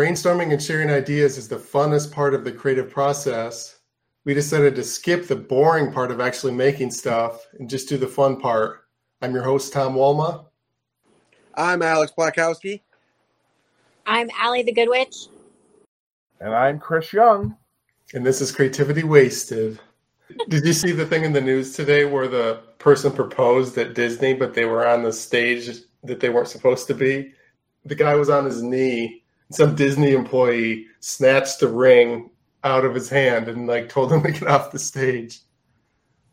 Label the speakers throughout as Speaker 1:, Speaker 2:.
Speaker 1: Brainstorming and sharing ideas is the funnest part of the creative process. We decided to skip the boring part of actually making stuff and just do the fun part. I'm your host, Tom Walma.
Speaker 2: I'm Alex Blackowski.
Speaker 3: I'm Allie the Good Witch.
Speaker 4: And I'm Chris Young.
Speaker 1: And this is Creativity Wasted. Did you see the thing in the news today where the person proposed at Disney, but they were on the stage that they weren't supposed to be? The guy was on his knee. Some Disney employee snatched the ring out of his hand and like told him to get off the stage.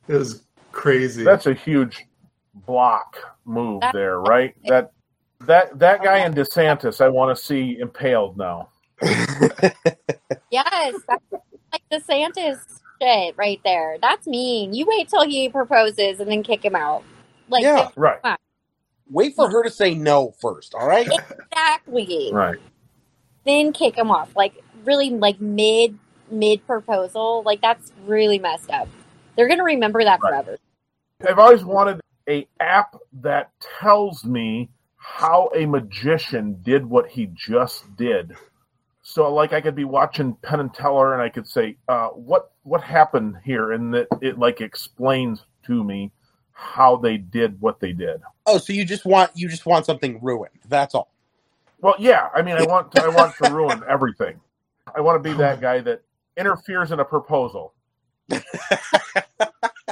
Speaker 1: It was crazy.
Speaker 4: That's a huge block move there, right? That that that guy in DeSantis, I want to see impaled now.
Speaker 3: Yes, that's like DeSantis shit right there. That's mean. You wait till he proposes and then kick him out. Like
Speaker 2: Yeah.
Speaker 4: Right,
Speaker 2: Wait for her to say no first, all right?
Speaker 3: exactly.
Speaker 4: right.
Speaker 3: Then kick him off. Like really, like mid mid proposal. Like that's really messed up. They're gonna remember that
Speaker 4: Right.
Speaker 3: forever.
Speaker 4: I've always wanted a app that tells me how a magician did what he just did. So, like, I could be watching Penn and Teller, and I could say, uh, "What what happened here?" and that it like explains to me how they did what they did.
Speaker 2: Oh, so you just want you just want something ruined. That's all.
Speaker 4: Well, yeah. I mean, I want to, I want to ruin everything. I want to be that guy that interferes in a proposal.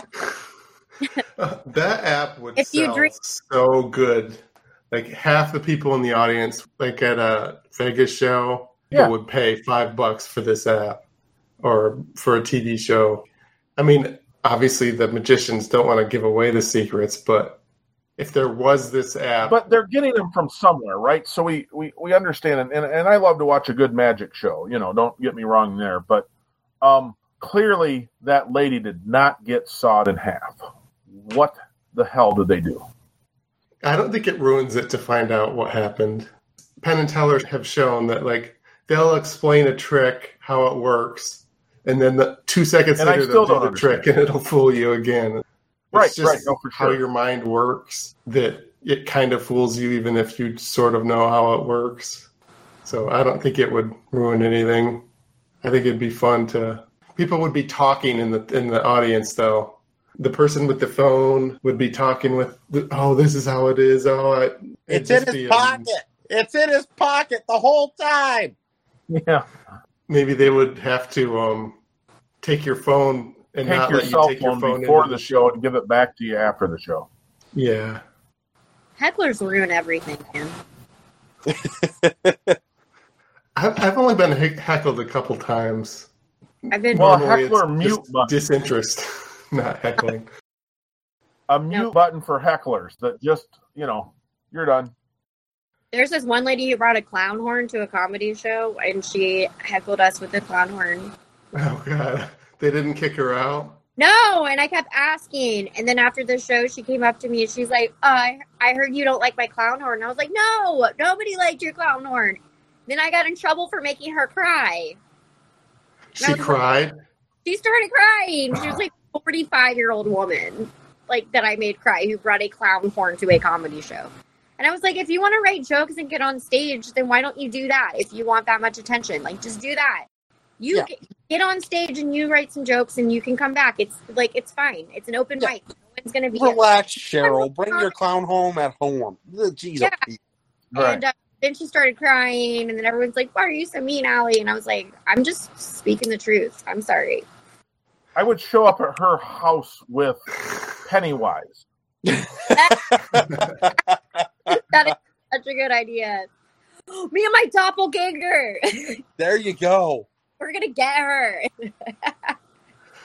Speaker 1: that app would
Speaker 3: If you
Speaker 1: sell
Speaker 3: drink-
Speaker 1: so good. Like half the people in the audience, like at a Vegas show,
Speaker 4: Yeah.
Speaker 1: would pay five bucks for this app or for a TV show. I mean, obviously the magicians don't want to give away the secrets, but if there was this app,
Speaker 4: But they're getting them from somewhere, right? So we we, we understand, and, and and I love to watch a good magic show. You know, don't get me wrong there, but um, clearly that lady did not get sawed in half. What the hell did they do?
Speaker 1: I don't think it ruins it to find out what happened. Penn and Teller have shown that like they'll explain a trick, how it works, and then the two seconds
Speaker 4: And I
Speaker 1: later
Speaker 4: still
Speaker 1: they'll do
Speaker 4: don't
Speaker 1: the trick and
Speaker 4: understand.
Speaker 1: it'll fool you again. It's
Speaker 4: Right,
Speaker 1: just
Speaker 4: right, no, for
Speaker 1: how
Speaker 4: sure.
Speaker 1: your mind works that it kind of fools you even if you sort of know how it works. So I don't think it would ruin anything. I think it'd be fun to people would be talking in the in the audience though. The person with the phone would be talking with, "Oh, this is how it is." Oh, I, it'd
Speaker 2: It's
Speaker 1: just
Speaker 2: in
Speaker 1: be um, a-
Speaker 2: his pocket. It's in his pocket the whole time.
Speaker 4: Yeah,
Speaker 1: Maybe they would have to um, take your phone and
Speaker 4: take
Speaker 1: not
Speaker 4: your
Speaker 1: let
Speaker 4: cell
Speaker 1: you take
Speaker 4: phone,
Speaker 1: your phone
Speaker 4: before
Speaker 1: into
Speaker 4: the show and give it back to you after the show.
Speaker 1: Yeah,
Speaker 3: Hecklers ruin everything, man.
Speaker 1: I've, I've only been heck- heckled a couple times.
Speaker 3: I've been
Speaker 4: Well,
Speaker 1: Normally,
Speaker 4: heckler
Speaker 1: it's
Speaker 4: mute
Speaker 1: just
Speaker 4: button.
Speaker 1: disinterest, not heckling.
Speaker 4: A mute
Speaker 3: No.
Speaker 4: button for hecklers that just you know you're done.
Speaker 3: There's this one lady who brought a clown horn to a comedy show, and she heckled us with the clown horn.
Speaker 1: oh God, they didn't kick her out.
Speaker 3: No, and I kept asking, and then after the show, she came up to me and she's like, uh, I- "I heard you don't like my clown horn." And I was like, "No, nobody liked your clown horn." Then I got in trouble for making her cry.
Speaker 1: She
Speaker 3: was like-
Speaker 1: cried.
Speaker 3: She started crying. She was like a 45 year old woman, like that I made cry, who brought a clown horn to a comedy show. And I was like, if you want to write jokes and get on stage, then why don't you do that? If you want that much attention, like just do that. You
Speaker 2: Yeah.
Speaker 3: g- get on stage and you write some jokes and you can come back. It's like, it's fine. It's an open
Speaker 2: Yeah.
Speaker 3: mic. No one's going to be there.
Speaker 2: Relax, Cheryl. Bring your clown home at home. Jesus.
Speaker 3: Yeah. And uh, then she started crying. And then everyone's like, why are you so mean, Allie? And I was like, I'm just speaking the truth. I'm sorry.
Speaker 4: I would show up at her house with Pennywise.
Speaker 3: That
Speaker 1: Uh,
Speaker 3: is such a good idea. Me and my doppelganger.
Speaker 2: There you go.
Speaker 3: We're gonna get her.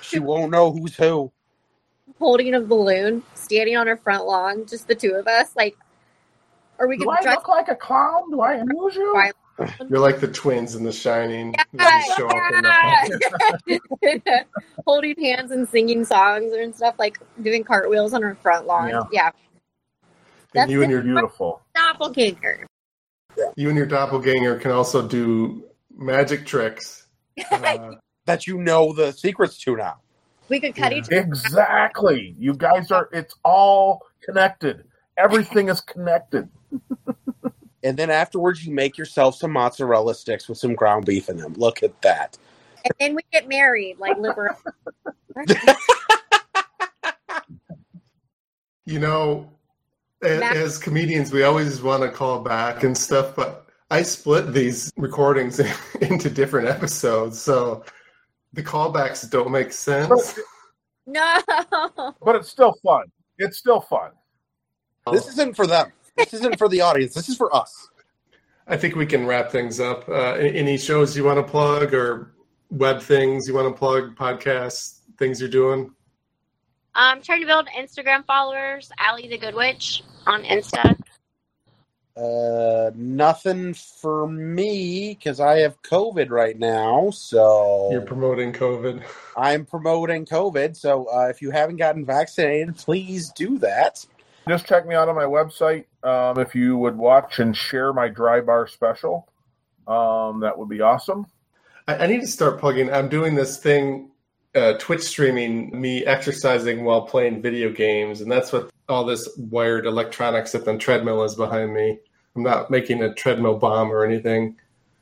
Speaker 2: She won't know who's who.
Speaker 3: Holding a balloon, standing on her front lawn, just the two of us. Like, or we could
Speaker 4: Do I
Speaker 3: dress.
Speaker 4: look like a clown? Do I amuse you?
Speaker 3: Why-
Speaker 1: You're like the twins in The Shining. You just show up in the
Speaker 3: Yeah. Holding hands and singing songs and stuff, like doing cartwheels on her front lawn.
Speaker 4: Yeah.
Speaker 3: Yeah,
Speaker 1: and
Speaker 3: That's
Speaker 1: you and
Speaker 4: You're
Speaker 1: your
Speaker 4: beautiful.
Speaker 3: doppelganger.
Speaker 1: you and your doppelganger can also do magic tricks. Uh,
Speaker 2: That you know the secrets to now.
Speaker 3: We could cut
Speaker 1: Yeah.
Speaker 3: each.
Speaker 4: Exactly. You guys are. It's all connected. Everything is connected.
Speaker 2: and then afterwards you make yourself some mozzarella sticks with some ground beef in them. Look at that.
Speaker 3: And then we get married, like liberal.
Speaker 1: You know, a-
Speaker 3: Matt-
Speaker 1: as comedians, we always want to call back and stuff, but I split these recordings into different episodes, so the callbacks don't make sense.
Speaker 3: no.
Speaker 4: But it's still fun. It's still fun.
Speaker 3: Oh.
Speaker 2: This isn't for them. This isn't for the audience. This is for us.
Speaker 1: I think we can wrap things up. Uh, a- any shows you want to plug or web things you want to plug, podcasts, things you're doing?
Speaker 3: I'm Um, trying to build Instagram followers. Allie the Good Witch on Insta.
Speaker 2: Uh, nothing for me because I have COVID right now. So
Speaker 1: You're promoting COVID.
Speaker 2: I'm promoting COVID. So uh, if you haven't gotten vaccinated, please do that.
Speaker 4: Just check me out on my website. Um, if you would watch and share my dry bar special, um, that would be awesome.
Speaker 1: I, I need to start plugging. I'm doing this thing, uh, Twitch streaming me exercising while playing video games, and that's what all this wired electronics at the treadmill is behind me. I'm not making a treadmill bomb or anything.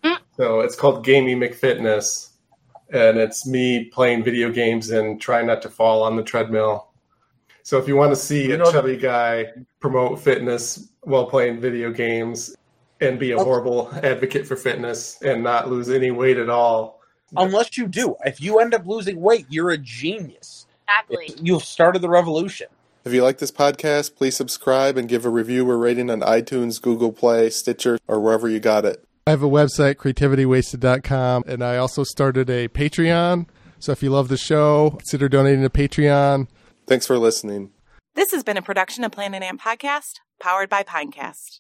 Speaker 3: Mm.
Speaker 1: So it's called Gamey McFitness, and it's me playing video games and trying not to fall on the treadmill. So if you want to see
Speaker 4: You
Speaker 1: a
Speaker 4: know-
Speaker 1: chubby guy promote fitness while playing video games and be a
Speaker 2: Okay.
Speaker 1: horrible advocate for fitness and not lose any weight at all,
Speaker 2: Unless you do. If you end up losing weight, you're a genius.
Speaker 3: Exactly.
Speaker 2: You've started the revolution.
Speaker 5: If you like this podcast, please subscribe and give a review or rating on iTunes, Google Play, Stitcher, or wherever you got it.
Speaker 6: I have a website, creativitywasted.com, and I also started a Patreon. So if you love the show, consider donating to Patreon.
Speaker 5: Thanks for listening.
Speaker 7: This has been a production of Planet Amp Podcast, powered by Pinecast.